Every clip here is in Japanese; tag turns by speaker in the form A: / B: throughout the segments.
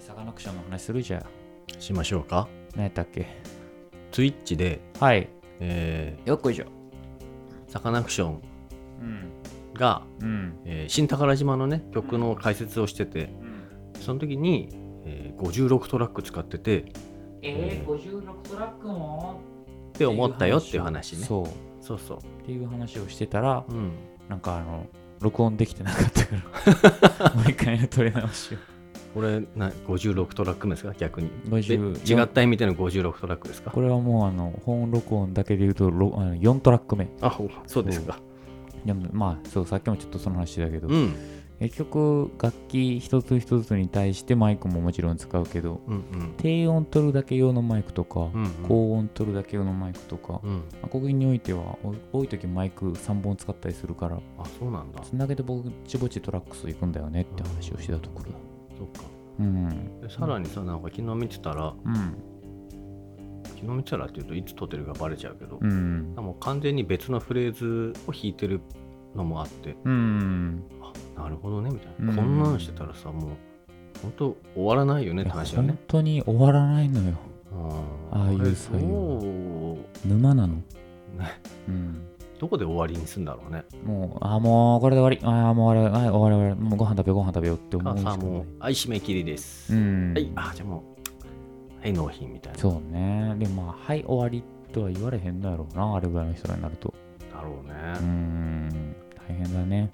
A: サカナクションの話するじゃん。
B: しましょうか。
A: 何やったっけ
B: Twitch で、
A: はい。
B: え
A: よっこいしょ。
B: ー、サカナクション
A: うん。
B: が、
A: うん。
B: えー新宝島のね、曲の解説をしてて、その時に、えー56トラック使ってて、
A: えー、56トラックも
B: って思ったよっていう話ね。
A: そう。っ
B: そうそ
A: ていう話をしてたら、
B: う。うん。
A: なんかあの、録音できてなかった から、もう一回の撮り直しを。
B: これ、な56トラック目ですか逆に。で
A: 54
B: 違った意味での56トラックですか
A: これはもうあの、本録音だけで言うとろあの4トラック目。
B: あ、ほそうですか。
A: でもまあ、そう、さっきもちょっとその話だけど、
B: うん。
A: 結局、楽器一つ一つに対してマイクももちろん使うけど、
B: うんうん。
A: 低音取るだけ用のマイクとか、
B: うんうん
A: 高音取るだけ用のマイクとか、
B: うん。
A: まあ国においてはお多い時マイク3本使ったりするから
B: あ、そうなんだ。
A: つなげてぼちぼちトラックス行くんだよねって話をしてたところだ
B: そっか。
A: うん
B: でさらにさ、なんか昨日見てたら、
A: うん
B: 昨日見てたらっていうといつ撮ってるかバレちゃうけど、
A: うん
B: もう完全に別のフレーズを弾いてるのもあって
A: うん
B: あなるほどねみたいな、
A: うん
B: こんなんしてたらさもう本当終わらないよねって話だ
A: 本
B: ね
A: 当に終わらないのよ
B: ん
A: ああいう
B: これ
A: 作業
B: ど
A: 沼な の
B: うね
A: うん
B: どこで終わりにするんだろうね
A: もうあーもうこれで終わりあーもう終わりあー終わり終わりもうご飯食べようご飯食べようって思
B: か
A: うしか
B: さ
A: ない
B: もうはい締め切りです、
A: うん
B: はいあじゃあもうはい納品みたいな
A: そうねでもまあはい終わりとは言われへんのやろうなあれぐらいの人らになると
B: だろうね、
A: うーん、大変だね。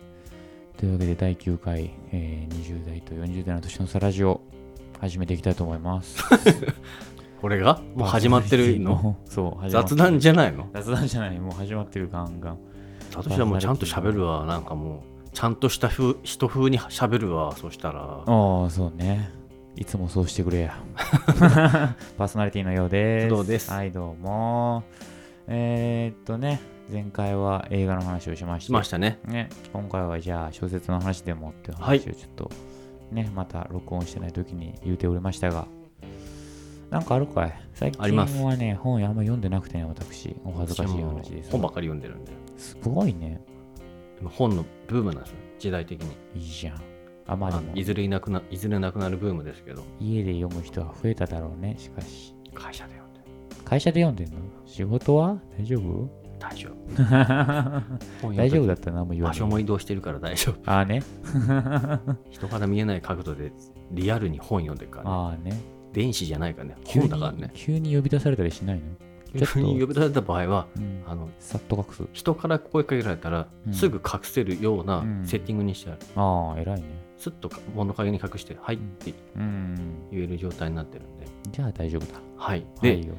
A: というわけで第9回、えー20代と40代の年の差ラジオ始めていきたいと思います。
B: これが もう始まってるの
A: もうそう、 始まって
B: 雑談じゃないの
A: 雑談じゃない、もう始まってるガンガン。
B: サトシはもうちゃんと喋るわなんかもうちゃんとした風人風に喋るわそしたら
A: ああ、そうね。いつもそうしてくれ や。 パーソナリティのようです。
B: 工藤です
A: はい、どうも。えー、っとね、前回は映画の話をしまし
B: したましたね
A: ね、今回はじゃあ小説の話でもっていう話をちょっと、ね、また録音してない時に言うておりましたが、なんかあるかい最
B: あります
A: 近はね、本あんま読んでなくてね、私、お恥ずかしい話です。
B: 本ばっかり読んでるんで。
A: すごいね。
B: 今本のブームなんですよ、時代的に。
A: いいじゃん。あ、まあ
B: あ
A: で
B: の
A: も、
B: いずれいなくな、いずれなくなるブームですけど、
A: 家で読む人は増えただろうね、しかし。
B: 会社で読んでる
A: 会社で読んでんの仕事は大丈夫
B: 大丈夫。 本読む時
A: 大丈夫だったら何も言わ
B: 場
A: ない。
B: 所も移動してるから大丈夫。
A: ああね。
B: 人から見えない角度でリアルに本読んでるからね、
A: ああね。
B: 電子じゃないからね、本だからね。
A: 急に。急に呼び出されたりしないのちょっと
B: 急に呼び出された場合は、
A: うん。
B: あの
A: さっと隠す。
B: 人から声かけられたら、
A: うん
B: すぐ隠せるようなセッティングにしてある。
A: ああ、偉いね。
B: すっとか物陰に隠して、はいって
A: うん。
B: 言える状態になってるんで。
A: じゃあ大丈夫だ。
B: はい。で、
A: はいよ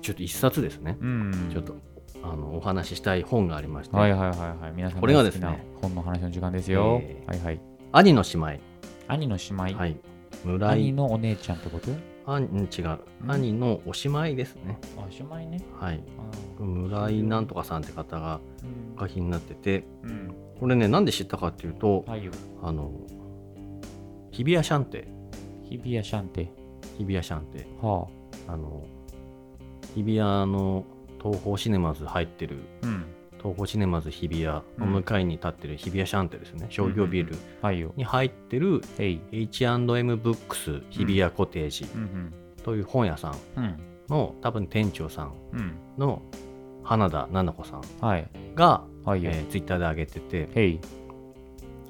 B: ちょっと一冊ですね。
A: うん、
B: ちょっとあのお話ししたい本がありまして、
A: はいはいはいはい。皆さん
B: これがです
A: 大好き
B: ね
A: な本の話の時間ですよ。
B: えー
A: はいはい。
B: 兄の姉妹、
A: 兄の姉妹、
B: はい、村
A: 兄
B: 井、
A: のお姉ちゃんってこと
B: あん違
A: う
B: う、
A: ん
B: 兄のおしまいですね。
A: あ、姉妹ね。
B: はい、
A: あー
B: 村井なんとかさんって方が
A: うん
B: お書きになってて、
A: うん。
B: これね、なんで知ったかっていうと、
A: はいよ。
B: あの日比谷シャンテ、
A: 日比谷シャンテ。
B: 日比谷シャンテ、
A: は
B: あの日比谷の東宝シネマズ入ってる。
A: あ。うん。
B: 東宝シネマズ日比谷の向かいに立ってる日比谷シャンテですね、商業ビル
A: はいよ。
B: に入ってる
A: えい。
B: H&M ブックス日比谷コテージ
A: うん
B: という本屋さん
A: うん。うん。
B: の多分店長さん
A: うん。
B: の花田菜々子さん
A: はい。
B: が、
A: はいよ。
B: えツイッター Twitter で上げてて
A: へい。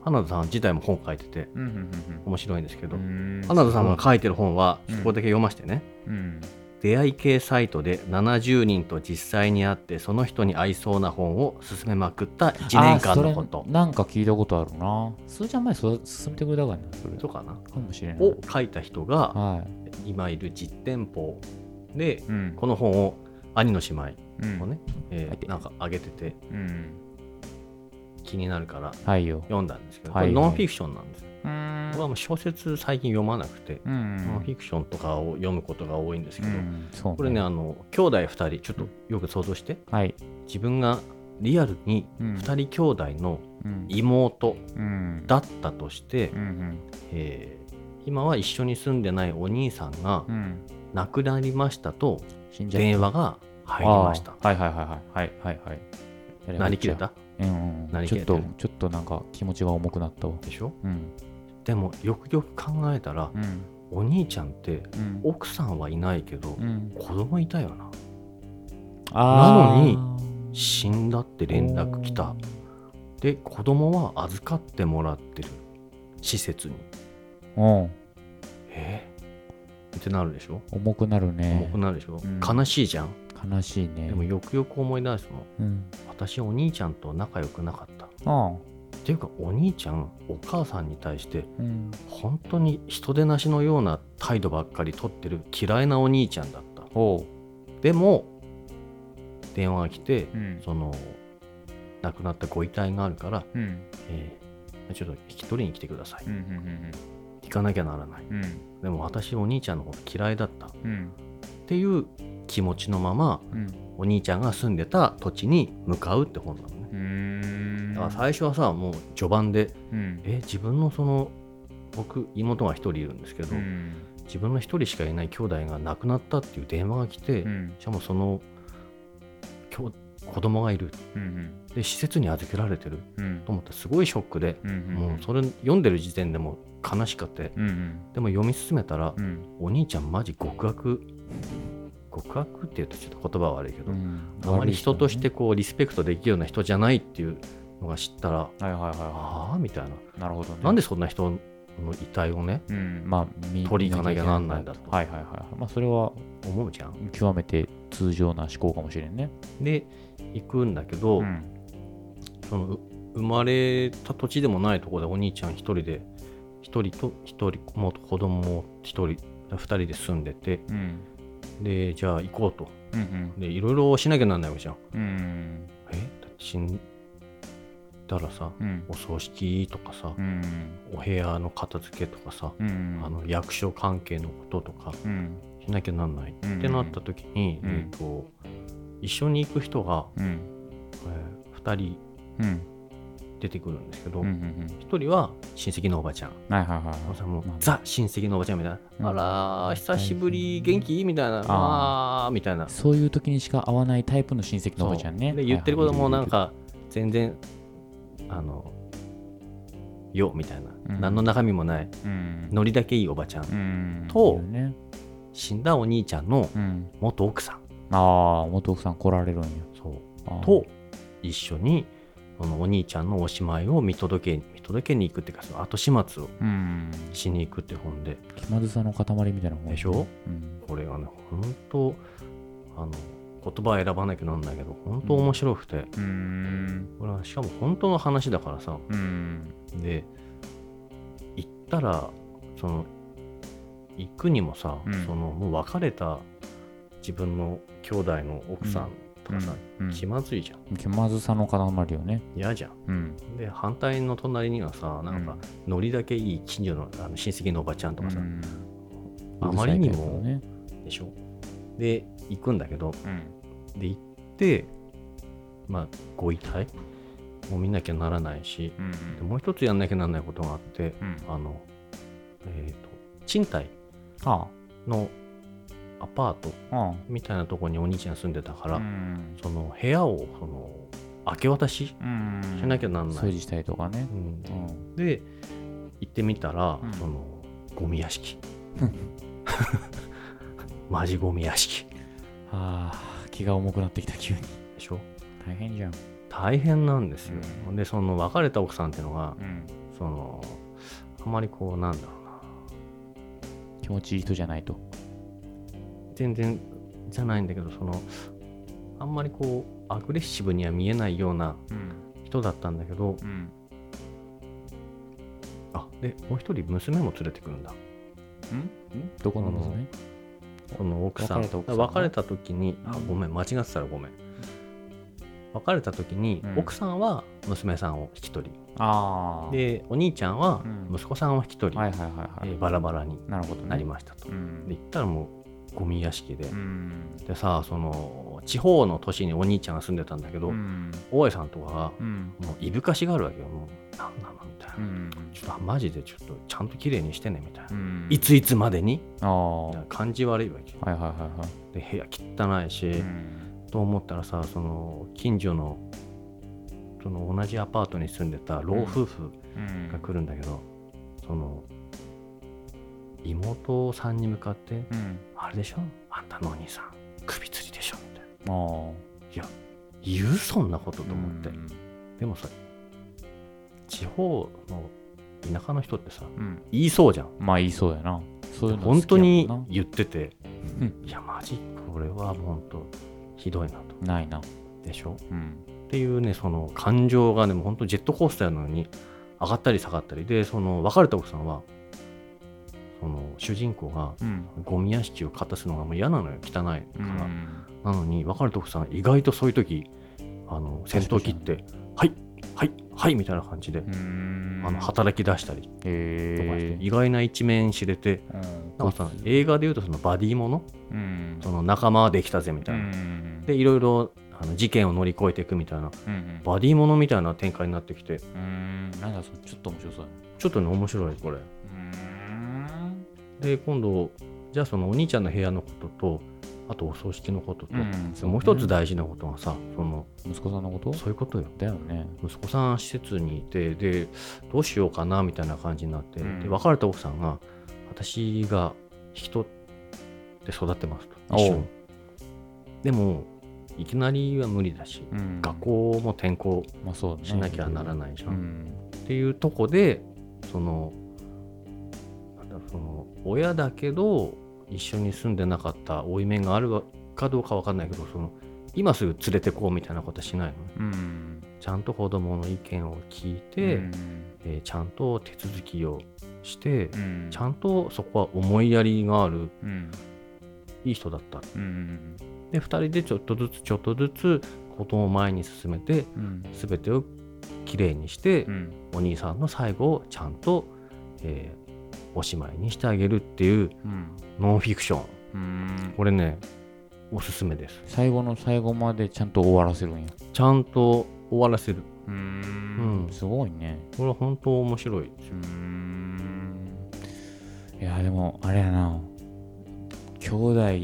B: 花田さん自体も本書いてて
A: うんうん
B: 面白いんですけ
A: うんう
B: ど、
A: ん。うーん
B: 花田さんが書いてる本は
A: うん
B: そこだけ読ましてね、
A: うん。
B: 出会い系サイトで70人と実際に会ってその人に合いそうな本を勧めまくった1年間のこ
A: あ
B: と
A: それなんか聞いたことあるな。数ちゃん前そう進めてくれたからね。それ
B: そうかな
A: かもしれない。
B: を書いた人が
A: は
B: 今いる実店舗で
A: い。うん。
B: この本を兄の姉妹
A: うん
B: もね、えー
A: 書いて
B: なんか上げてて
A: うん。
B: 気になるから
A: はいよ。
B: 読んだんですけど、
A: はい
B: これノンフィクションなんです、
A: うーん
B: 僕はもう小説最近読まなくて、
A: うん
B: ノンフィクションとかを読むことが多いんですけど、
A: うんそうね
B: これねあの兄弟2人ちょっとよく想像して
A: はい。
B: 自分がリアルに
A: うん
B: 2人兄弟の
A: うん
B: 妹
A: うん
B: だったとして、
A: うん
B: えー今は一緒に住んでないお兄さんが
A: うんうん
B: 亡くなりましたと
A: 死んじゃった
B: 電話が入りました
A: あーはいはいはいはいはいはいはい。
B: なりきれた
A: うん
B: な
A: うん。
B: り
A: ち
B: き
A: ょ
B: れ
A: って
B: る
A: とちょっとなんか気持ちが重くなったわ。
B: でしょ
A: うん
B: でもよくよく考えたら
A: うん
B: お兄ちゃんって
A: うん
B: 奥さんはいないけど
A: うん、
B: 子供いたよな
A: あー
B: なのに死んだって連絡来たで子供は預かってもらってる施設に
A: うん
B: えーってなるでしょ
A: 重くなる
B: 重
A: ね
B: くなるでしょ、
A: うん
B: 悲しいじゃん
A: 悲しいね
B: でもよくよく思い出すの
A: うん
B: 私お兄ちゃんと仲良くなかったっ
A: あ
B: ていうかお兄ちゃんお母さんに対して
A: あうん
B: 本当に人でなしのような態度ばっかり取ってる嫌いなお兄ちゃんだった
A: ほ
B: でも電話が来て
A: ううん
B: その亡くなったご遺体があるから、
A: うん
B: えーちょっと引き取りに来てください
A: うんうん
B: 行かなきゃならない
A: うん
B: でも私お兄ちゃんのこと嫌いだったっ
A: うん
B: ていう気持ちのまま
A: うん
B: お兄ちゃんが住んでた土地に向かうって本なのね
A: うーん
B: だから最初はさもう序盤で
A: うん
B: え自分のその僕妹が1人いるんですけど、
A: うん
B: 自分の1人しかいない兄弟が亡くなったっていう電話が来て、
A: うん
B: しかもその今日子供がいる
A: うん
B: で施設に預けられてる
A: うん
B: と思ってすごいショックで、
A: うんうん
B: もうそれ読んでる時点でもう悲しかって
A: うんうん
B: でも読み進めたら、
A: うん
B: お兄ちゃんマジ極悪極悪って言うとちょっと言葉は悪いけど、
A: うん
B: あまり人としてこうリスペクトできるような人じゃないっていうのが知ったら
A: はいはいはいは
B: ああみたいな、
A: いなるほどね
B: なんでそんな人の遺体をね
A: うんまあ見
B: 取りに行かなきゃなんないんだと
A: はいはいはいはいまあそれは
B: 思うじゃん
A: 極めて通常な思考かもしれんね
B: で行くんだけど、
A: うん
B: そのう生まれた土地でもないところでお兄ちゃん一人で一人と一人も子供も一人二人で住んでて
A: うん
B: でじゃあ行こうと
A: うん
B: でいろいろしなきゃなんないわけじゃん
A: うんうん
B: えだって死んだらさ
A: うん
B: お葬式とかさ
A: うん
B: お部屋の片付けとかさ
A: うん
B: あの役所関係のこととか
A: うん
B: しなきゃなんないってなった時に、
A: うん
B: えー、と一緒に行く人が、
A: うん
B: え2人
A: うん
B: 出てくるんですけど、
A: うんう
B: 一
A: ん
B: 人は親戚のおばちゃん
A: うんはいはいはい
B: それもう
A: まあ
B: ザ親戚のおばちゃんみたいな、
A: うん
B: あらー久しぶり元気みたいな
A: あ
B: あーみたいな
A: そういう時にしか会わないタイプの親戚のおばちゃんね。
B: そうで言ってることもなんか全然あのよみたいな、
A: うん
B: 何の中身もない
A: うん、
B: ノリだけいいおばちゃん、
A: うん、
B: と
A: いるね
B: 死んだお兄ちゃんの
A: うん、
B: 元奥さん
A: ああ、元奥さん来られるんや。
B: そう
A: あー
B: と、一緒にそのお兄ちゃんのおしまいを見届け見届けに行くっていうかその後始末を
A: うん、
B: しに行くって本で
A: 気まずさの塊みたいなもん
B: でしょ、
A: うん、
B: これがね本当あの言葉選ばなきゃなんないけど本当面白くて、
A: うん、
B: これはしかも本当の話だからさ
A: うん、
B: で行ったらその行くにもさ、
A: うん
B: そのもう別れた自分の兄弟の奥さんとかさ、
A: うん
B: 気まずいじゃん
A: 気まずさの塊よね。
B: 嫌じゃん
A: うん、
B: で反対の隣にはさなんかノリだけいい近所のあの親戚のおばちゃんと
A: う
B: かさ、
A: ん、
B: あまりに
A: う
B: も
A: るさいタイプのね、
B: でしょで行くんだけど
A: うん、
B: で行ってまあご遺体も見なきゃならないし
A: うん、
B: でもう一つやんなきゃならないことがあって
A: うん、
B: あのえっ、と賃貸
A: あ
B: のアパート
A: あ、あ
B: みたいなところにお兄ちゃん住んでたから、
A: あ、うん、
B: その部屋をその明け渡し、
A: うん、
B: しなきゃなんない
A: 掃除したりとかね。
B: うん
A: うん、
B: で行ってみたら、
A: うん
B: そのゴミ屋敷 マジゴミ屋敷で
A: ああ、気が重くなってきた急に。
B: しょ
A: 大変じゃん。
B: 大変なんですよ、
A: うん
B: でその別れた奥さんっていうのが
A: うん、
B: そのあまりこうなんだろうな
A: 気持ちいい人じゃないと。
B: 全然じゃないんだけどそのあんまりこうアグレッシブには見えないような
A: うん、
B: 人だったんだけど
A: うん。
B: あでもう一人娘も連れてくるんだ
A: んどこの娘
B: その奥さん
A: 別れた奥さんが
B: 別れた時にあごめん間違ってたらごめん別れた時に、
A: うん
B: 奥さんは娘さんを引き取り
A: ああはい
B: でお兄ちゃんは
A: うん
B: 息子さんを引き取り、
A: はいはい
B: え
A: は
B: ーバラバラに
A: い。なるほどね。
B: なりましたと、
A: うん。
B: で行ったらもうゴミ屋敷で、
A: うん。
B: でさその地方の都市にお兄ちゃんが住んでたんだけど、
A: うん。
B: 大江さんとか
A: うん。
B: がもういぶかしがあるわけよもうなんなのみたいな、
A: うん。
B: ちょっとマジでちょっとちゃんと綺麗にしてねみたいな、
A: うん
B: いついつまでに
A: ああ。はい
B: 感じ悪いわけよ
A: はいは
B: で部屋汚いし、
A: いはい。うん。
B: と思ったらさその近所のその同じアパートに住んでた老夫婦
A: うん
B: が来るんだけど、その妹さんに向かって
A: うん。
B: 「あれでしょあんたのお兄さん首吊りでしょ」みたいな
A: ああ。
B: 言うそんなことと思って、
A: うん
B: でもさ地方の田舎の人ってさ
A: うん。
B: 言いそうじゃん
A: まあ言いそうやな。そういうの
B: 本
A: 好
B: 当
A: き
B: に
A: やもん
B: 言ってて
A: うん
B: いやマジこれはもう本当ひどいなと
A: な。ないな。
B: でしょ
A: うん。
B: っていうねその感情がねもう本当ジェットコースターのように上がったり下がったりでその別れた奥さんはその主人公が
A: うん。
B: ゴミ屋敷を片すのがもう嫌なのよ汚いから、
A: うん
B: なのに別れた奥さん意外とそういう時あの戦闘機って「はいはいはい」みたいな感じで、
A: うん。
B: あの働き出したりとかして
A: へえ。
B: 意外な一面知れて
A: うん
B: なんかさ映画でいうとそのバディもの
A: うん。
B: その仲間はできたぜみたいな、
A: うん
B: でいろいろあの事件を乗り越えていくみたいな
A: うんうん
B: バディものみたいな展開になってきて
A: うんなんだそれちょっと面白そうやね
B: ちょっとね面白いこれ
A: うん
B: で今度じゃあそのお兄ちゃんの部屋のこととあとお葬式のことと、
A: うん
B: もう一つ大事なことがさその
A: 息子さんのこと
B: そういうことよ
A: だよね
B: 息子さん施設にいてでどうしようかなみたいな感じになって、
A: うん
B: で別れた奥さんが私が引き取って育てますと
A: おう
B: 一緒にでもいきなりは無理だし、
A: うん
B: 学校も転校
A: まあそうだね
B: しなきゃならないじゃ、
A: うんん
B: っていうとこでそのなんだろうその親だけど一緒に住んでなかった負い目があるかどうか分かんないけどその今すぐ連れてこうみたいなことはしないのね
A: うん
B: ちゃんと子供の意見を聞いて、
A: うん
B: えーちゃんと手続きをして、
A: うん
B: ちゃんとそこは思いやりがある
A: うん
B: いい人だった
A: うん
B: で2人でちょっとずつちょっとずつことを前に進めて
A: うん
B: 全てをきれいにして、
A: うん
B: お兄さんの最後をちゃんと、えーおしまいにしてあげるっていう
A: うん
B: ノンフィクション
A: うん
B: これねおすすめです
A: 最後の最後までちゃんと終わらせるんや
B: ちゃんと終わらせる
A: う
B: うんん
A: すごいね
B: これは本当面白いです
A: う
B: よ
A: ーんいやでもあれやな兄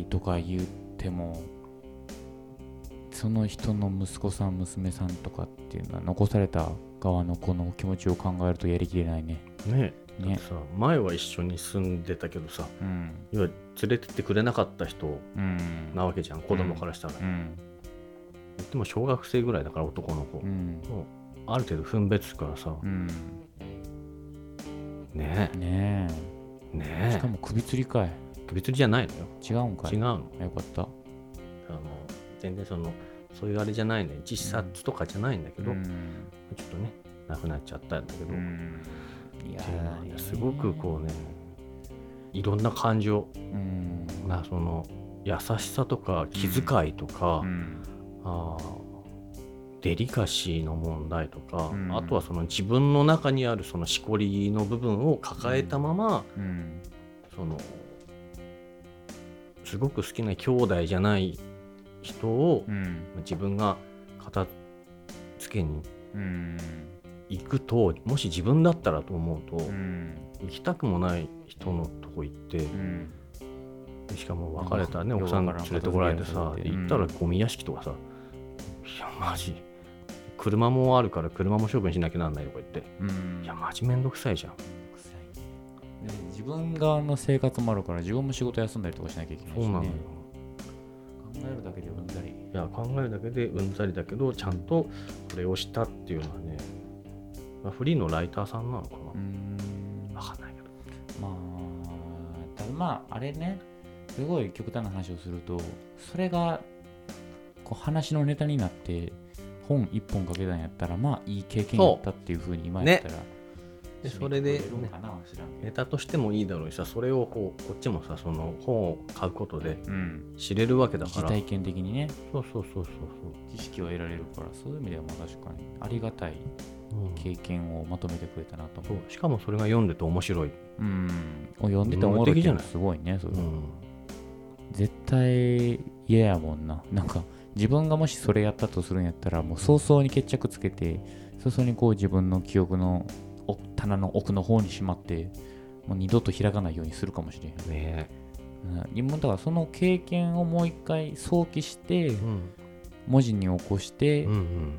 A: 弟とか言ってもその人の息子さん娘さんとかっていうのは残された側の子の気持ちを考えるとやりきれないね
B: ねえだっ
A: ね
B: てさ前は一緒に住んでたけどさ
A: うん
B: 要は連れてってくれなかった人
A: うん
B: なわけじゃん子供からしたら、
A: うん
B: 言っても小学生ぐらいだから男の子、
A: うん
B: もうある程度分別つくからさ、
A: うん
B: ね
A: ね
B: え
A: えし
B: ね
A: かも首吊りかい
B: え首吊りじゃないのよ、
A: 違うんかい
B: 違うの
A: あよかった
B: あの全然そのそういうあれじゃないね自殺とかじゃないんだけ
A: う
B: ど、ち
A: ん
B: ょっとねなくなっちゃったんだけど、
A: うんい
B: っていうのはね
A: や
B: すごくこうねいろんな感情
A: ううん
B: がその優しさとか気遣いとか、
A: うん
B: あーデリカシーの問題とか、
A: うん
B: あとはその自分の中にあるそのしこりの部分を抱えたまま、
A: うん
B: そのすごく好きな兄弟じゃない人を
A: うん
B: 自分が片付けに
A: うん
B: 行くともし自分だったらと思うと、
A: うん
B: 行きたくもない人のとこ行って
A: うん
B: しかも別れたね
A: うん
B: 奥さん連れてこられて
A: わ
B: さ
A: からん
B: で行ったらゴミ屋敷とかさいやマジ車もあるから車も処分しなきゃなんないとか言って
A: うん
B: いやマジめんどくさいじゃん
A: 臭いねで自分側の生活もあるから自分も仕事休んだりとかしなきゃいけないし、
B: そ
A: ね、
B: うなのよ
A: 考えるだけでうんざり
B: いや考えるだけでうんざりだけどちゃんとそれをしたっていうのはねまあフリーのライターさんなのか
A: うーん
B: なわかんないけど
A: まあただまああれねすごい極端な話をするとそれがこう話のネタになって本一本かけたんやったらまあいい経験やったっていうふうに今やったら、
B: でそれで
A: 締めくくれるんかな知らんけど
B: ネタとしてもいいだろうしさそれをこうこっちもさその本を買うことで
A: うん
B: 知れるわけだか
A: 疑似
B: ら
A: 体験的にね
B: そうそうそうそう
A: 知識を得られるからそういう意味ではまあ確かにありがたい
B: そう、うん
A: 経験をまとめてくれたなと
B: そ
A: 思う
B: う。しかもそれが読んでて面白い、
A: うん。を読んでて思う
B: 無敵
A: じ
B: じ
A: ゃ
B: ゃ
A: な
B: ないい
A: すごいね、それ。
B: ん、
A: 絶対嫌やもんな。なんか、自分がもしそれやったとするんやったら、もう早々に決着つけて、早々にこう自分の記憶のお棚の奥の方にしまって、もう二度と開かないようにするかもしれへん。
B: ね
A: うん、今だからその経験をもう一回想起して
B: え、うん
A: 文字に起こして
B: うんうん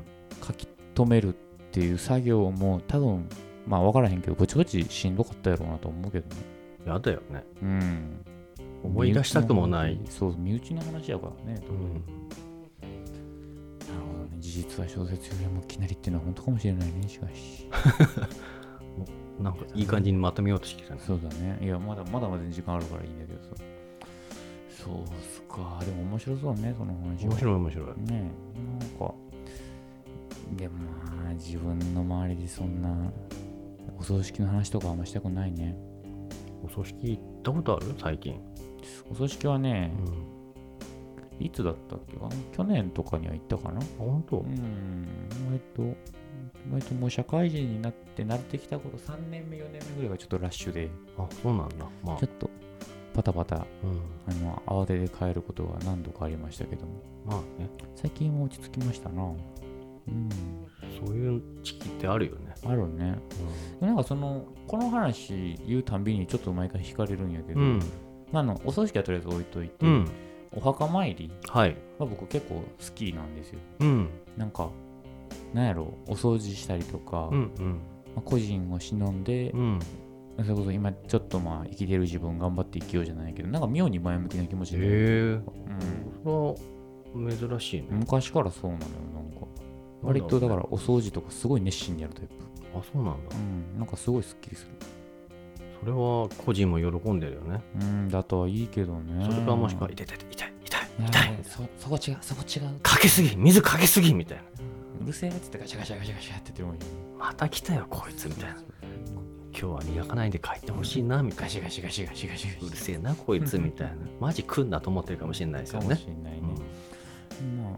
A: 書き留めるっていう作業も多分まあ分からへんけどぼちぼちしんどかったやろうなと思うけどね
B: やだよね。
A: うん、
B: 思い出したくもない
A: 身内の話そう身内の話やからね
B: う
A: どれなる
B: ん、
A: ほどね事実は小説よりもきなりっていうのは本当かもしれないねしかし
B: なんかいい感じにまとめようとしてきたね。
A: そうだねいやまだまだまだ時間あるからいいんだけどさそうっすかでも面白そうねその話は
B: 面白い面白い。
A: ねえなんかでもまあ自分の周りでそんなお葬式の話とかあんましたくないね
B: お葬式行ったことある最近。
A: お葬式はね
B: う、ん。
A: いつだったっけかな去年とかには行ったかな
B: あ本当
A: う。ん割と割ともう社会人になって慣れてきた頃3年目4年目ぐらいがちょっとラッシュで
B: あそうなんだ。まあ
A: ちょっとパタパタ
B: うん、
A: あの慌てて帰ることが何度かありましたけども
B: まあね
A: 最近は落ち着きましたなうん
B: そういう時期ってあるよね。
A: あるねなんかそのこの話言うたんびにちょっと毎回惹かれるんやけど、
B: うん。
A: まあ、あのお葬式はとりあえず置いといて、
B: うん。
A: お墓参り
B: はい。
A: は僕結構好きなんですよ
B: うん。
A: なんかなんやろお掃除したりとか、
B: う
A: ま
B: ん。
A: あ個人を忍んで
B: う、ん。
A: それこそ今ちょっとまあ生きてる自分頑張って生きようじゃないけどなんか妙に前向きな気持ち
B: へ
A: で、
B: え。
A: うん
B: それは珍しいね。
A: 昔からそうなのよなんか割とだからお掃除とかすごい熱心にやるタイプ、
B: あそうなんだ
A: う。ん、なんかすごいすっきりする
B: それは個人も喜んでるよね。
A: うんだとはいいけどね
B: それかもしくは痛い痛い痛い痛い
A: いや
B: 痛い。
A: そそこ違うそこ違う
B: かけすぎ水かけすぎみたいな。
A: うるせえっつってガシャガシャガシャガシャやっててもいい
B: また来たよこいつみたいな。今日は磨かないで帰ってほしいなみたい
A: ガシャガシャガシャガシャガシャ
B: な。うる
A: ガシ
B: せえなこいつみたいな。マジ来んなと思ってるかもしれないです
A: ャ
B: よ
A: かも
B: ね。
A: しんないうね
B: ん、
A: まあ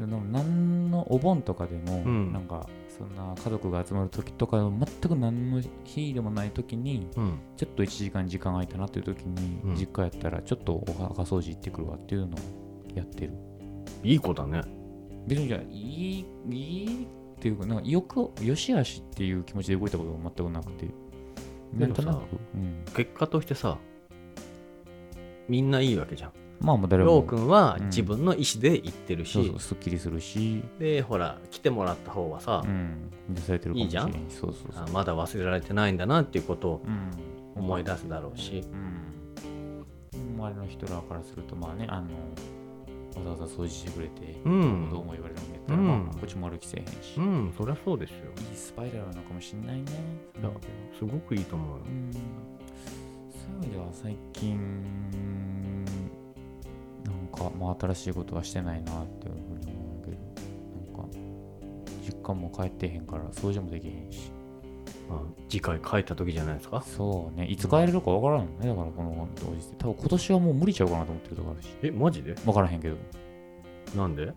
A: でも何のお盆とかでも、
B: うん
A: なんかそんな家族が集まる時とか全く何の日でもない時に
B: うん、
A: ちょっと1時間時間空いたなっていう時に、
B: うん
A: 実家やったらちょっとお墓掃除行ってくるわっていうのをやってる
B: いい子だね。
A: 別にじゃあいいいいっていうかなんかよくよしあしっていう気持ちで動いたことが全くなくて
B: で
A: なん
B: も
A: と
B: さ
A: なく、うん、
B: 結果としてさ、みんないいわけじゃん。
A: まあもう誰
B: ロ
A: も
B: ー君は
A: うん
B: 自分の意思で言ってるし、
A: そうそうすっきりするし、
B: で、ほら、来てもらった方はさ、
A: うん、満たされてるか
B: い
A: もし
B: いじ
A: れ
B: ゃ
A: なんいそうそうそう
B: あ、まだ忘れられてないんだなっていうことを
A: うん、
B: 思い出すだろうし、
A: うん周りの人らからするとまあねあのわざわざ掃除してくれて、
B: うん
A: どうも言われるんやったら、
B: うん
A: まあ、こっちも歩きせえへんし、
B: う
A: い
B: ん、そりゃそうですよ。
A: いスパイラルなのかもしんないね
B: いやすごくいいと思うよ
A: う。んそういう意味では最近なんか、まあ、新しいことはしてないなっていうふうに思うんやけどなんか実家も帰ってへんから掃除もできへんし
B: まあ、次回帰った時じゃないですか。
A: そうねいつ帰れるかわからんねだからこの当時って多分今年はもう無理ちゃうかなと思ってるとこあるし
B: え、マジで
A: わからへんけどう
B: なんで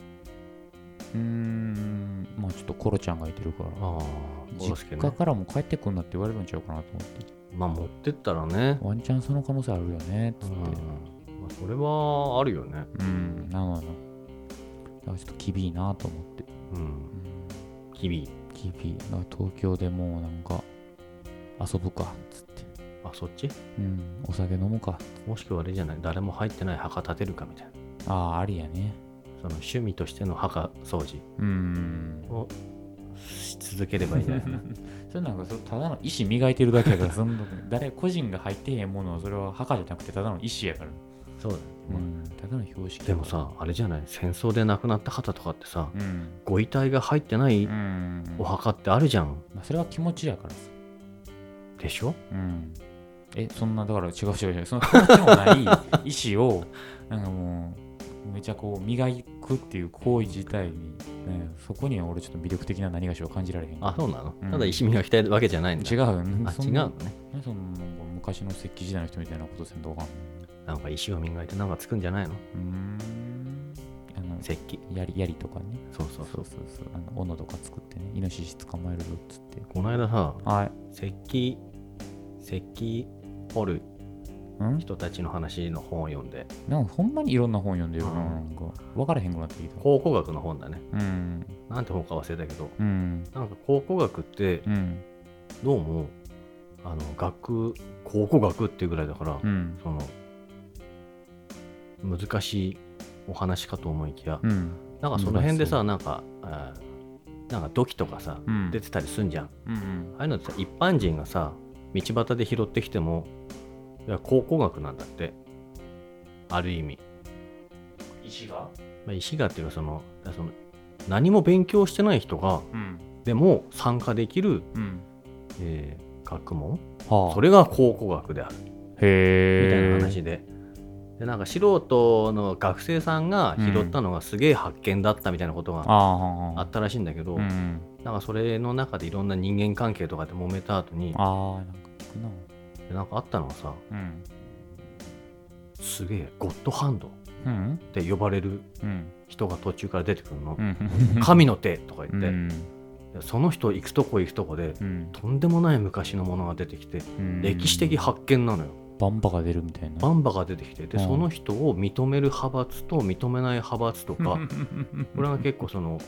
A: ーんまあちょっとコロちゃんがいてるから
B: ああ、コロスケ
A: 実家
B: ね。
A: からも帰ってくんなって言われるんちゃうかなと思って
B: まあ、持ってったらね。
A: ワンチャンその可能性あるよねっ
B: う
A: つっ
B: ん
A: て
B: まあ、それはあるよね。
A: うん、なのよ。だからちょっと厳しいなと思って。
B: うん。
A: うん、
B: 日々、
A: 厳しい。だから東京でもうなんか、遊ぶか、つって。
B: あ、そっち
A: うん、お酒飲むか。
B: もしくはあれじゃない誰も入ってない墓建てるかみたいな
A: ああ、ありやね。
B: その趣味としての墓掃除
A: うん。
B: をし続ければいいんじゃない かな
A: それなんかそただの意思磨いてるだけやから、その 誰個人が入ってへんものはそれは墓じゃなくてただの意思やから。
B: そうだ、ね
A: うん、ただの標識
B: でも、さあれじゃない戦争で亡くなった方とかってさ
A: うん。
B: ご遺体が入ってない
A: うん。
B: お墓ってあるじゃん
A: まあ、それは気持ちやからさ。
B: でしょ
A: うん、えそんなだから違う違う違うその気持ちも ない意思をなんかもうめちゃこう磨くっていう行為自体に、ね、そこには俺ちょっと魅力的な何がしを感じられへん
B: あそうなの、
A: うん
B: ただ石見が来たわけじゃないんだ
A: 違うよね
B: あ
A: そ
B: 違うんの
A: な
B: ね
A: ねその昔の石器時代の人みたいなことせんとあかんの
B: なんか石を磨いてなんかつくんじゃないの
A: うーんあの
B: 石器
A: やりやりとかね
B: そうそうそう
A: そうそうそうあの斧とか作ってねイノシシ捕まえるぞっつって
B: この間さ
A: はい
B: 石器石器掘る
A: うん
B: 人たちの話の本を読んで
A: なんかほんまにいろんな本読んでるな
B: うん
A: なんか分からへんくなってきた
B: 考古学の本だね
A: うん
B: なんて本か忘れたけど
A: うん
B: なんか考古学って
A: うん
B: どうもあの学考古学っていうぐらいだから、
A: うん
B: その難しいお話かと思いきや、
A: うん
B: なんかその辺で
A: う
B: さなんかあーなんか土器とかさ、
A: うん
B: 出てたりすんじゃん
A: うん
B: ああいうのってさ一般人がさ道端で拾ってきてもいや考古学なんだってある意味、
A: 石が
B: まあ、石がっていうかそのだからその何も勉強してない人が
A: うん
B: でも参加できる、
A: うん
B: えー学問
A: はあ
B: それが考古学であるみたい
A: へ
B: な
A: え
B: 話で。でなんか素人の学生さんが拾ったのがすげえ発見だったみたいなことが
A: ああは
B: あ
A: あ
B: ったらしいんだけど、
A: うん
B: なんかそれの中でいろんな人間関係とかで揉めた後に
A: ああなんか聞くな
B: でなんかあったのがさ
A: うん
B: すげえゴッドハンドっ
A: うん
B: て呼ばれる
A: うん
B: 人が途中から出てくるの
A: う、ん
B: 神の手とか
A: う
B: 言って、
A: ん
B: でその人行くとこ行くとこで
A: うん
B: とんでもない昔のものが出てきて
A: うん
B: 歴史的発見なのよ、
A: バンバが出るみたいな
B: バンバが出てきてで
A: うん
B: その人を認める派閥と認めない派閥とかこれが結構その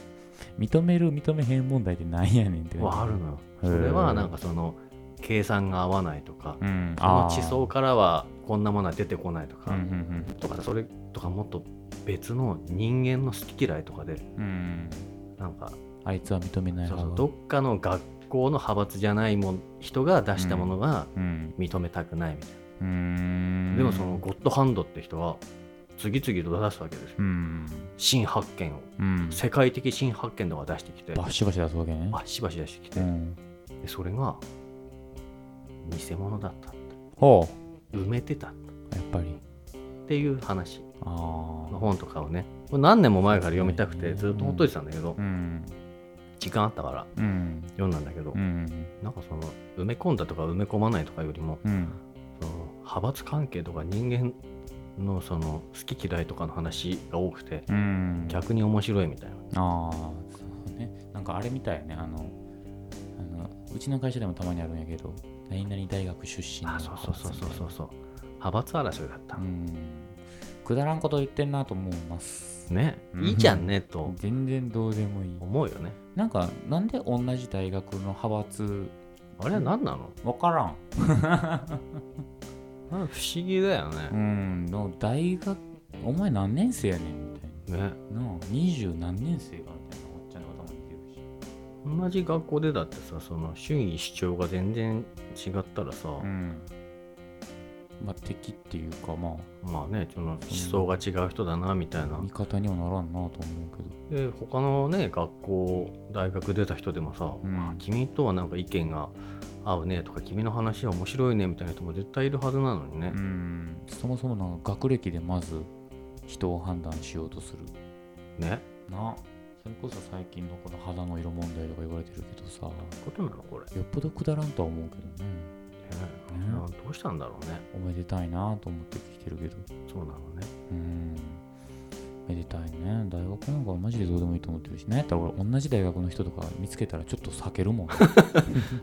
A: 認める認めへん問題ってなんやねんって
B: はあるのよ
A: へ
B: そ
A: ー
B: れはなんかその計算が合わないとか
A: うん
B: この地層からはこんなものは出てこないと
A: あー
B: か、
A: うん
B: とかそれとかもっと別の人間の好き嫌いとかで
A: うんうんうん
B: なんか
A: あいつは認めない
B: そう
A: 派
B: そう
A: 閥
B: どっかの学校の派閥じゃないもん人が出したものが
A: うん
B: 認めたくないみたいな、
A: うーん
B: でもそのゴッドハンドって人は次々と出すわけですよ、
A: うん
B: 新発見を
A: うん
B: 世界的新発見とか出してきて
A: バシバシ出すわけね
B: バしばし出してきて、
A: うん
B: でそれが偽物だった
A: ほ
B: 埋めてたっ
A: うやっぱり
B: ていう話
A: あ
B: の
A: あ
B: 本とかをねこれ何年も前から読みたくて
A: そうですね
B: ずっとほっといてたんだけど、
A: うん
B: 時間あったから
A: うん
B: 読んだんだけど、
A: うん
B: なんかその埋め込んだとか埋め込まないとかよりも
A: うん
B: その派閥関係とか人間のその好き嫌いとかの話が多くて
A: うん
B: 逆に面白いみたいな
A: ああそうねなんかあれみたいねあのあのうちの会社でもたまにあるんやけど何々大学出身の
B: あそうそうそうそうそううそう派閥争いだった、
A: んくだらんこと言ってんなと思います
B: ね
A: うん
B: いいじゃんねと
A: 全然どうでもいい
B: 思うよね
A: なんかなんで同じ大学の派閥
B: あれは何なの
A: わからん
B: なんか不思議だよ
A: う
B: ね、
A: んの大学お前何年生やねんみたい
B: ね
A: ななあ二十何年生かみたいなおっちゃんの方もいてるし
B: 同じ学校でだってさその主義主張が全然違ったらさ、
A: うんまあ敵っていうかま
B: まあねその思想が違う人だなみたい
A: あ
B: な
A: 味方にはならんなと思うけど
B: で他のね学校大学出た人でもさ、
A: うん
B: あ君とはなんか意見が合うねとか君の話は面白いねみたいな人も絶対いるはずなのにね
A: う、んそもそもなんか学歴でまず人を判断しようとする
B: ね
A: なそれこそ最近のこの肌の色問題とか言われてるけどさよ
B: ことなのこれ、ね
A: っぽどくだらんとは思うけどね
B: あどうしたんだろうね
A: おめでたいなと思って聞いてるけど
B: そうなのね
A: うんめでたいね大学なんかマジでどうでもいいと思ってるしなんやったら俺同じ大学の人とか見つけたらちょっと避けるもん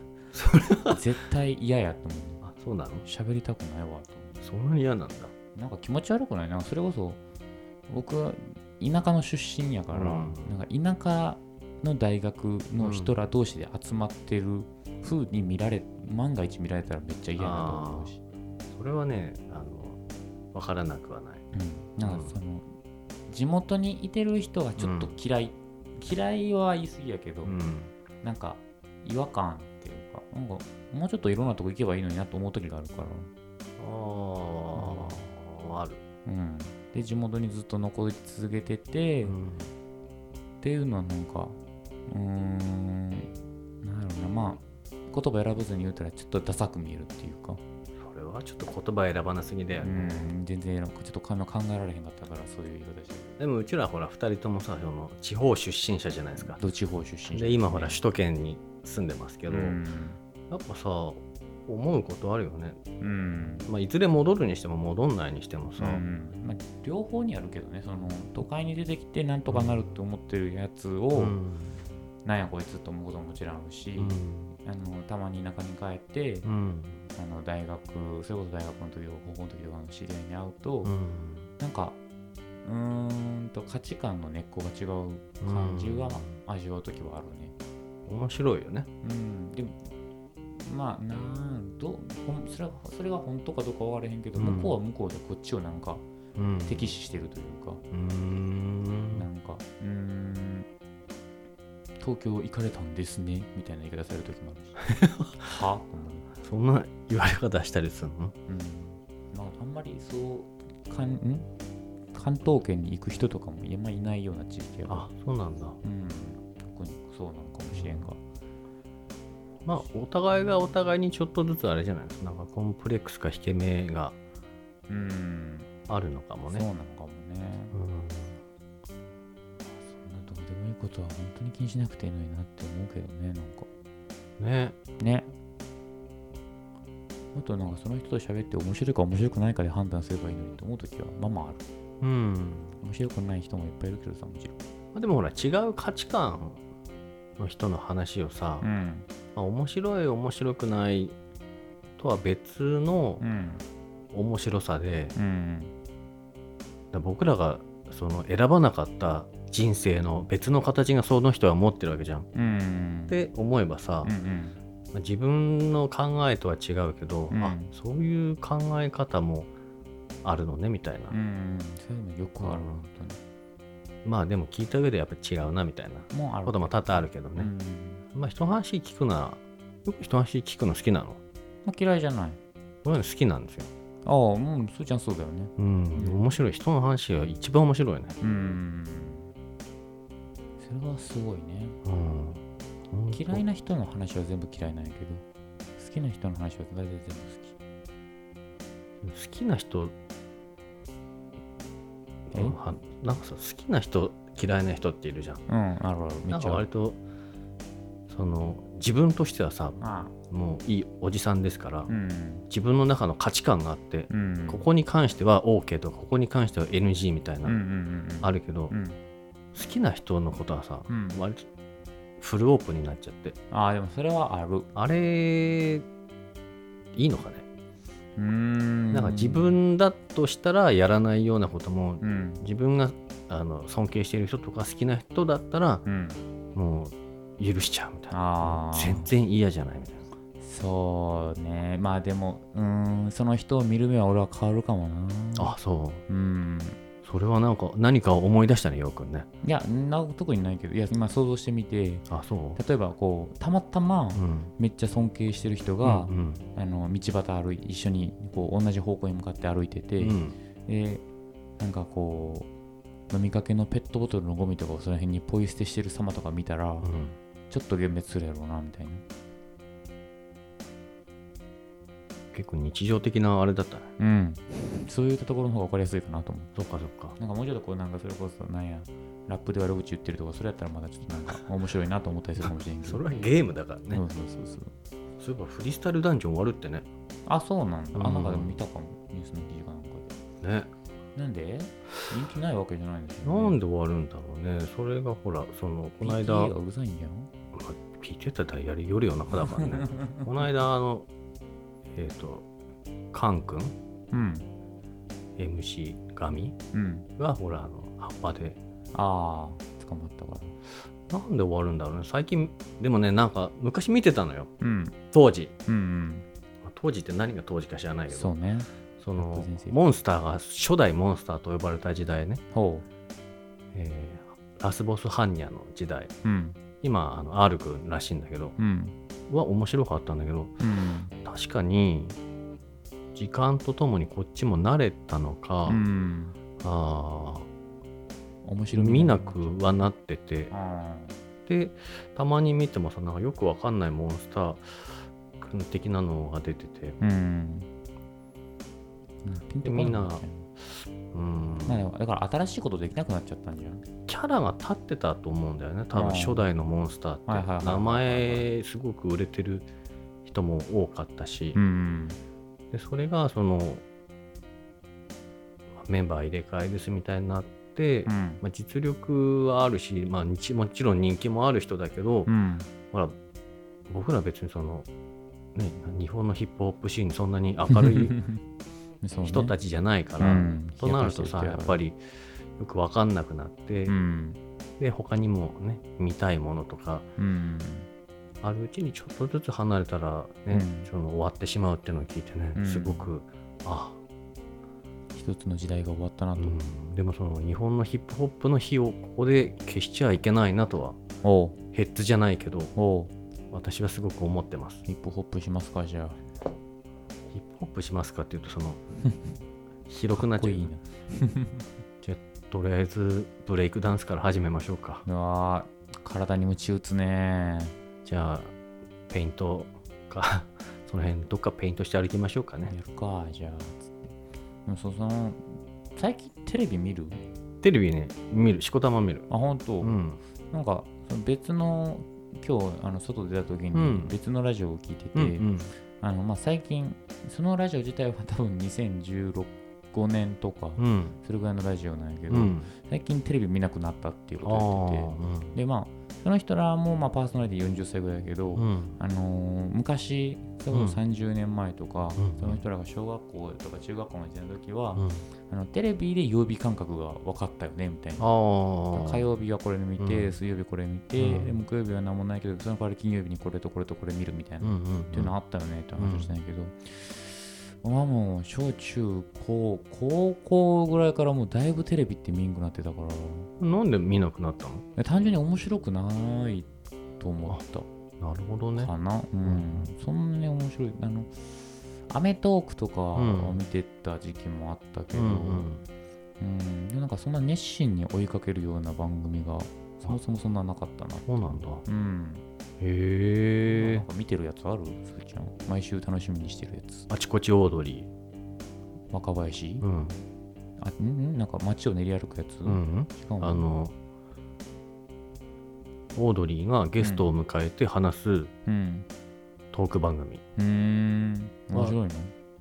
A: 絶対嫌やと思う
B: あそうなの
A: 喋りたくないわと思
B: そんなに嫌なんだ
A: うなんか気持ち悪くないなんかそれこそ僕は田舎の出身やから、
B: うん
A: なんか田舎の大学の人ら同士で集まってる風に見られ、万が一見られたらめっちゃ嫌やなと思うし、
B: それはねあのわからなくはない
A: うん、なんかその、地元にいてる人がちょっと嫌い、嫌いは言い過ぎやけど、
B: うん
A: なんか違和感っていうかなんかもうちょっといろんなとこ行けばいいのになと思う時があるから、
B: ああある、
A: うん、で地元にずっと残り続けてて、
B: う
A: っ
B: ん
A: ていうのはなんかうーんなんやろうなまあ言葉選ばずに言うたらちょっとダサく見えるっていうか、
B: それはちょっと言葉選ばなすぎだよ
A: う
B: ね、
A: ん、全然ちょっと考えられへんかったからそういう言い方して
B: でもうちらほら2人ともさその地方出身者じゃないですか
A: ど地方出身者
B: で今ほら首都圏に住んでますけ
A: う
B: ど、
A: ん、
B: やっぱさ思うことあるよね、
A: うん
B: まあ、いずれ戻るにしても戻んないにしてもさ、
A: うんまあ、両方にあるけどねその都会に出てきてなんとかなるって思ってるやつを、
B: うん
A: なんやこいつと思うことももちろんあるし、あのたまに田舎に帰って、
B: うん
A: あの大学それこそ大学の時とか高校の時とかの知り合いに会うと、
B: うん
A: なんかうーんと価値観の根っこが違う感じは味わう時はあるね。
B: 面白いよね
A: うん、でもまあなんどうほんそれはそれが本当かどうかは分からへんけど、
B: うん
A: 向こうは向こうでこっちをなんか
B: うん
A: 敵視してるというか、
B: うー
A: なんんかうーん東京行かれたんですねみたいな言い方される時もあるし はと思う
B: そんな言われ方したりするの
A: うんんまりそう関ん関東圏に行く人とかもあんまいないような地域やから
B: あそうなんだ
A: うん特にそうなのかもしれんが
B: まあお互いがお互いにちょっとずつあれじゃないですかなんかコンプレックスか引け目が
A: うん
B: あるのかも
A: そう
B: ね
A: なのかもね
B: うん
A: そんなどうでもいいことは本当に気にしなくていいのになって思うけどねなんか
B: ね
A: ねあとなんかその人と喋って面白いか面白くないかで判断すればいいのにと思う時はまあまあある
B: うん、
A: 面白くない人もいっぱいいるけどさもちろん
B: まあ、でもほら違う価値観の人の話をさ、ま
A: ん
B: あ、面白い面白くないとは別の
A: うん
B: 面白さで、
A: うん
B: だから僕らがその選ばなかった人生の別の形がその人は持ってるわけじゃん。っ
A: うん
B: て思えばさ、
A: うんうん
B: まあ自分の考えとは違うけど、
A: うん
B: あそういう考え方もあるのねみたいな、
A: うんそういうのよくある本当に
B: まあでも聞いた上でやっぱ違うなみたいな
A: もうある
B: ことも多々あるけど
A: う
B: ね、
A: ん
B: まあ人の話聞くなよく人の話聞くの好きなの
A: まあ嫌いじゃない
B: そういうの好きなんですよ
A: ああうんすーちゃんそうだよね
B: うん、
A: うん
B: 面白い人の話が一番面白いね
A: うんそれはすごいね
B: うん
A: 嫌いな人の話は全部嫌いなんやけど好きな人の話は大体全部好き
B: 好きな人
A: え
B: うんはなんかさ好きな人嫌いな人っているじゃん
A: うんあるあるめ
B: な
A: っ
B: ん
A: ち
B: か
A: ゃあ
B: 割
A: る
B: とその自分としてはさ
A: あ
B: もういいおじさんですから、
A: あうん
B: 自分の中の価値観があって、
A: うん
B: ここに関しては OK とかここに関しては NG みたいな、
A: うんうんうん
B: あ
A: る
B: るけど、
A: うん
B: 好きな人のことはさ、
A: うん
B: 割とフルオープンになっちゃって
A: ああでもそれはあるう
B: あれいいのかね
A: ーん
B: なんか自分だとしたらやらないようなことも
A: うん
B: 自分があの尊敬している人とか好きな人だったら
A: うん
B: もう許しちゃうみたい
A: あ
B: な
A: あ
B: 全然嫌じゃないみたいな
A: そうねまあでもうーんその人を見る目は俺は変わるかもな
B: あそう
A: うん
B: それはなんか何かを思い出したねようくんね
A: いやな特にないけどいや今想像してみて
B: あそ
A: 例えばこうたまたま
B: ううん
A: めっちゃ尊敬してる人が
B: う、ん
A: あの道端歩い一緒にこう同じ方向に向かって歩いてて、
B: うん
A: でなんかこう飲みかけのペットボトルのゴミとかをその辺にポイ捨てしてる様とか見たら、
B: うん
A: ちょっと幻滅するやろうなみたいな
B: 結構日常的なあれだったね
A: うんそういったところの方が分かりやすいかなと思う
B: そっかそっか
A: なんかもうちょっとこうなんかそれこそなんやラップで悪口言ってるとかそれやったらまだちょっとなんか面白いなと思ったりするかもしれんけど
B: それはゲームだからね、
A: そうそうそうそう
B: そういえばフリースタイルダンジョン終わるってね
A: あそうなんだ、あなんかでも
B: うん
A: 見たかもニュースの記事かなんか
B: ね
A: でなんで人気ないわけじゃないんですよ、ね、
B: なんで終わるんだろうねそれがほらそのこの間
A: PTA がうるさいんや
B: まあ、PTA だったらやりより夜中だか らねこの間あのえっ、とカン君
A: うん。
B: MC 神
A: うん。
B: がほらあの葉っぱで
A: ああ、捕まったから。
B: なんで終わるんだろうね最近でもねなんか昔見てたのよ
A: うん。
B: 当時
A: うんうん。
B: まあ当時って何が当時か知らないけど
A: そうね。
B: その
A: 全然
B: モンスターが初代モンスターと呼ばれた時代ね、
A: ほ
B: えーラスボスハンニャの時代
A: う。うん。
B: 今あの R 君らしいんだけど
A: うん。
B: は面白かったんだけど
A: うん。
B: 確かに時間とともにこっちも慣れたのか、
A: うん。
B: あ
A: 面
B: ー
A: 白み
B: 見なくはなってて
A: あ
B: でたまに見てもさなんかよくわかんないモンスター君的なのが出てて
A: ーうん。ピンとこい
B: みんなうん
A: まあでもだから新しいことできなくなっちゃったんじゃん。
B: キャラが立ってたと思うんだよね多
A: うん
B: 分初代のモンスタ
A: はいはい
B: ー
A: は
B: っ
A: い
B: て名前すごく売れてる人も多かったし
A: ん。
B: でそれがそのまあメンバー入れ替えですみたいになって
A: うん。
B: まあ、実力はあるし、まあ、にちもちろん人気もある人だけど、
A: うん。
B: ほら僕ら別にその、ね、日本のヒップホップシーンにそんなに明るい
A: そうね
B: 人たちじゃないから、
A: うん
B: となるとさ
A: 冷や
B: や
A: かしてる人やから
B: っぱりよく分かんなくなって、
A: うん。
B: で他にもね見たいものとか
A: うん。
B: あるうちにちょっとずつ離れたら、ね
A: うん
B: その終わってしまうっていうのを聞いてね、
A: うん
B: すごくあ、
A: 一つの時代が終わったな
B: う
A: と。
B: ん、でもその日本のヒップホップの火をここで消しちゃいけないなとは
A: おう。
B: ヘッズじゃないけど
A: おう。
B: 私はすごく思ってます
A: ヒップホップしますかじゃあ。
B: ヒップホップしますかっていうとその広くなっ
A: か
B: ちゃ
A: っ
B: う
A: こいいな
B: とりあえずブレイクダンスから始めましょうか
A: うわー体に鞭打つね
B: じゃあペイントかその辺どっかペイントして歩きましょうかね
A: やるかじゃあつってでもそうその最近テレビ見る
B: テレビね見るしこたま見る
A: あ本当、
B: うん
A: なんかその別の今日あの外出た時
B: う
A: に
B: ん
A: 別のラジオを聞いてて、
B: うんうん
A: あのまあ、最近そのラジオ自体は多分2016 5年とか、
B: うん
A: それぐらいのラジオなんやけど、
B: うん
A: 最近テレビ見なくなったっていう
B: あ
A: こ
B: あ
A: とを言っててでまあその人らもまあパーソナリティ40歳ぐらいやけど、
B: うんうん
A: あのー昔多
B: うん
A: 分30年前とか、
B: うん
A: その人らが小学校とか中学校の時代の時は、
B: うん
A: あのテレビで曜日感覚が分かったよねみたいな。
B: ああ
A: 火曜日はこれ見て、
B: うん
A: 水曜日これ見て、
B: うん
A: で木曜日は何もないけどその代わり金曜日にこれとこれとこれ見るみたいな、
B: うん
A: っ
B: うんうん
A: ていうのあったよねって話をしたんやけど、まあもう小中高高校ぐらいからもうだいぶテレビって見んくなってたから
B: なんで見なくなったの
A: で単純に面白くないと思った
B: なるほどね
A: かな、うん、そんなに面白いあの『アメトーーク』とかを見てた時期もあったけ
B: う
A: ど、
B: んうん
A: うん、でもなんかそんな熱心に追いかけるような番組がそもそもそんななかったな。
B: そうなんだ
A: うん。な
B: へえ
A: んか見てるやつあるすーちゃん。毎週楽しみにしてるやつ。
B: あちこちオードリー
A: 若林、
B: うん
A: あんんなんか街を練り歩くやつ、
B: うん
A: 違うの
B: あのオードリーがゲストを迎えて話す
A: うん。
B: トーク番組、
A: うーん。面白いの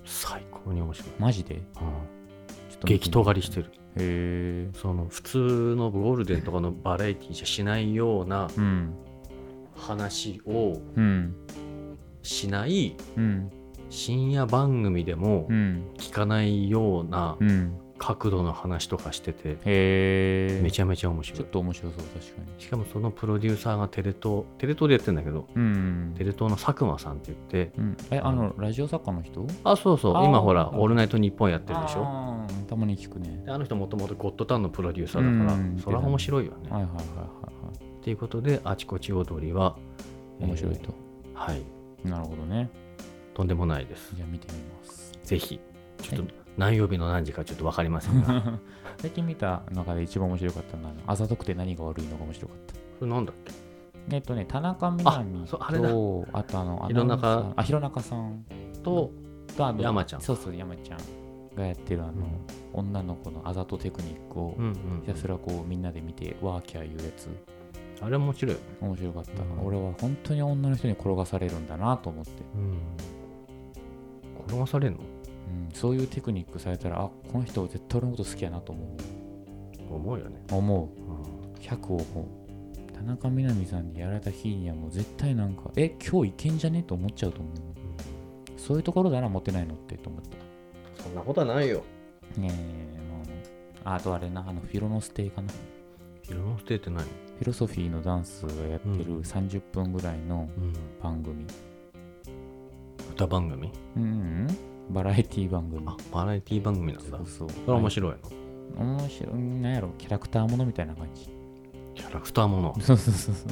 B: 最高に面白い、
A: マジで
B: うん、
A: ちょっと見て
B: 激
A: み
B: 尖りしてる
A: へえ。
B: その普通のゴールデンとかのバラエティじゃしないような
A: うん。
B: 話を
A: うん。
B: しない
A: うん。
B: 深夜番組でも
A: うん。
B: 聞かないような
A: うん。
B: 角度の話とかしてて
A: へえ。
B: めちゃめちゃ面
A: ち
B: 白
A: ょ
B: い
A: っと面白そう、確かに。
B: しかもそのプロデューサーがテレ東テレ東でやってんだけど
A: うん
B: テ。レ東の佐久間さんって言って
A: うん、え、あの、ラジオ作家の人
B: あそうそう
A: あー
B: 今ほら「オールナイトニッポン」やってるでしょ
A: あーたまに聞くね。
B: であの人もともとゴッドタンのプロデューサーだから、
A: うん
B: それは面白いよね。
A: はいはいはいはいはい。
B: っていうことで「あちこち踊りは」えー
A: 面白いと。
B: はい
A: なるほどね。
B: とんでもないです。
A: じゃあ見てみます。
B: ぜひちょっと何曜日の何時かちょっと分かりま せんが
A: 最近見た中で一番面白かったのは、あざとくて何が悪いのが面白かった。
B: それなんだっけ
A: えっとね、田中みな実
B: あそうあれだ
A: と、あとあの、
B: 弘中
A: アナウンサーあ、弘中さん
B: と
A: と、あの、
B: 山ちゃん
A: そうそう、山ちゃんがやってる、あの、
B: うん
A: 女の子のあざとテクニックを
B: うんうん
A: ひたすらこう、みんなで見て、ワーキャー言うやつ、
B: あれ面白いよね、
A: 面白かった。
B: うん
A: 俺は本当に女の人に転がされるんだなと思って。
B: 転がされるの
A: うん、そういうテクニックされたらあこの人絶対俺のこと好きやなと思
B: 思うよね、
A: う思
B: うん
A: う100を思う田中みな実さんにやられた日にはもう絶対なんかえ今日いけんじゃねと思っちゃうと思うそういうところだなモテないのってと思った
B: そんなことはないよ
A: ねえまあああとあれなあのフィロノステイかなフ
B: フィロノステって何、
A: ィロソフィーのダンスがやって
B: う
A: る30分ぐらいの番組
B: 歌番組
A: うん、うん、バラエティ番組
B: あバラエティ番組なん
A: そ
B: だ
A: うそう
B: それは面白いの、
A: あ面白いなんやろキャラクターものみたいな感じ
B: キャラクターもの
A: そうそうそうそう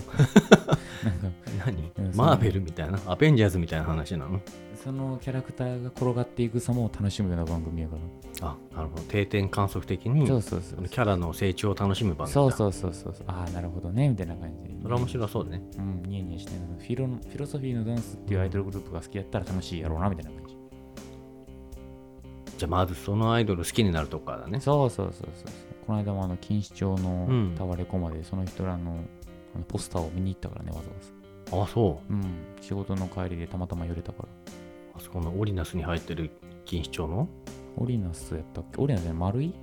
A: なんか
B: 何
A: うん
B: マーベルみたいなアベンジャーズみたいな話なの
A: そのキャラクターが転がっていく様を楽しむような番組やから、
B: あなるほど定点観測的に
A: そうそうそう
B: キャラの成長を楽しむ番組
A: そう
B: だ
A: そうそうそうそうああなるほどねみたいな感じで
B: それは面白そうだね
A: うんニヤニヤしてなんかフィロフィロソフィーのダンスっていうアイドルグループが好きやったら楽しいやろうなみたいな感じ、
B: じゃあまずそのアイドル好きになるとこからだね
A: そうそうそうそうそうこの間もあの錦糸町
B: う
A: の
B: ん
A: タワレコまでその人らのあのポスターを見に行ったからねわざわざ
B: あそう
A: うん仕事の帰りでたまたま寄れたから
B: あそこのオリナスに入ってる錦糸町の
A: オリナスやったっけオリナスじゃない丸い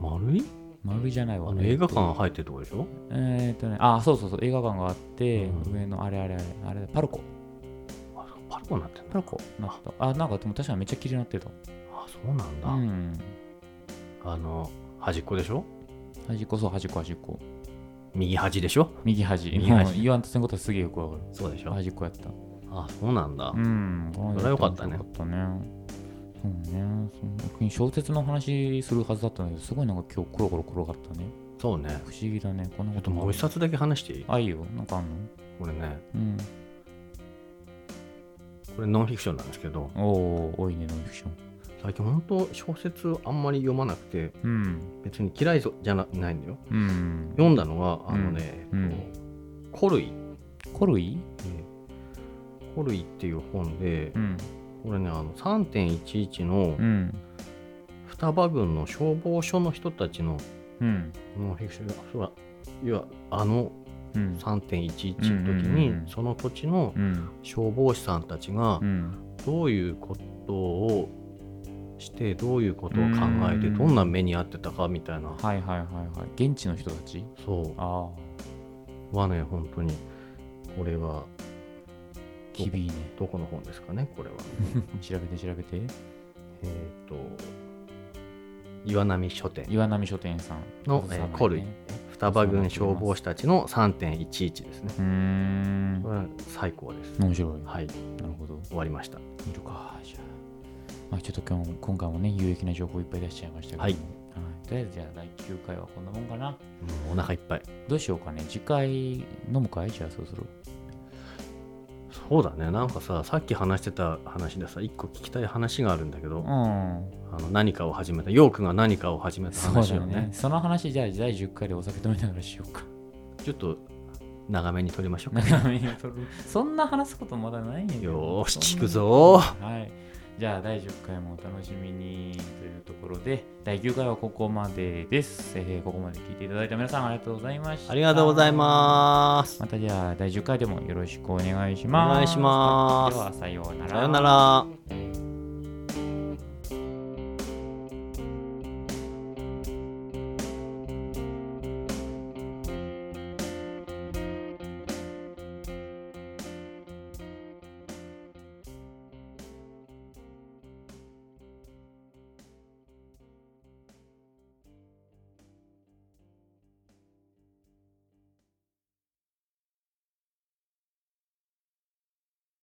B: 丸い
A: 丸いじゃない
B: あ
A: わ
B: の映画館が入ってるとこでしょ
A: えーっとねあそうそうそう映画館があって、
B: うん
A: 上のあれあれあれあれパルコ
B: あそこパルコになってん
A: パ
B: だ
A: ルコなったあなんかでも確かにめっちゃ綺麗になってた
B: あそうなんだ、
A: うん
B: あの端っこでしょ
A: 端っこそう端っこ端っこ
B: 右端でしょ
A: 右端
B: 右端
A: うん言わんとせんことはすげえよくわかる
B: そうでしょ
A: 端っこやった
B: あそうなんだ、
A: うんこの間
B: それはよかったね
A: よかったねそうねその小説の話するはずだったんだけどすごいなんか今日コロコロ転がったね
B: そうね
A: 不思議だねこんな
B: ちょ
A: こ
B: っと
A: とも
B: も
A: あ
B: う
A: る
B: 一冊だけ話していい
A: あいいよなんかあんの
B: これね
A: うん
B: これノンフィクションなんですけど
A: おお多いねノンフィクション
B: 最近本当小説あんまり読まなくて
A: うん
B: 別に嫌いぞじゃなないんだよ
A: うん
B: 読んだのはあのね、
A: うん
B: えっとコルイ、
A: コルイ
B: えーコルイっていう本で、
A: うん
B: これねあの3.11の
A: うん
B: 双葉郡の消防署の人たちの
A: うん
B: ノンフィクションそうだ要はあの
A: うん
B: 3.11の時
A: うんうんうんう
B: に
A: ん
B: その土地の
A: うん
B: 消防士さんたちが
A: うん
B: どういうことをしてどういうことを考えて
A: うん
B: どんな目に遭ってたかみたいな
A: はいはいはいはい現地の人たち
B: そ
A: ああ
B: うはね本当にこれは
A: 厳いね
B: どこの本ですかねこれは
A: 調べて調べて
B: えっと岩波書店
A: 岩波書店さん
B: の、え
A: 携わ
B: ー
A: る
B: コルイ
A: ね
B: 双葉郡消防士たちの3.11ですね
A: うーん
B: これは最高です
A: 面白い
B: はい
A: なるほど
B: 終わりました
A: 見るかじゃあ、まあ、ちょっと今日今回もね有益な情報いっぱい出しちゃいましたけども
B: はい
A: はいとりあえずじゃあ第9回はこんなもんかな
B: お腹いっぱい
A: どうしようかね次回飲むかいじゃあそうする
B: そうだねなんかささっき話してた話でさ一個聞きたい話があるんだけど、
A: うん
B: あの何かを始めたヨークが何かを始めた
A: そう
B: 話
A: だ
B: を
A: よ
B: ね
A: ねその話じゃあ第10回でお酒飲みながらしよう か
B: ちょっと長めに撮りましょう か
A: 長めに撮るそんな話すことまだないんやけど
B: よーし
A: そん
B: 聞
A: な
B: くぞ
A: はいじゃあ第10回もお楽しみにというところで第9回はここまでです、えーここまで聞いていただいた皆さんありがとうございました
B: ありがとうございます
A: またじゃあ第10回でもよろしくお願いします。
B: お願いします
A: ではさようなら。
B: さよなら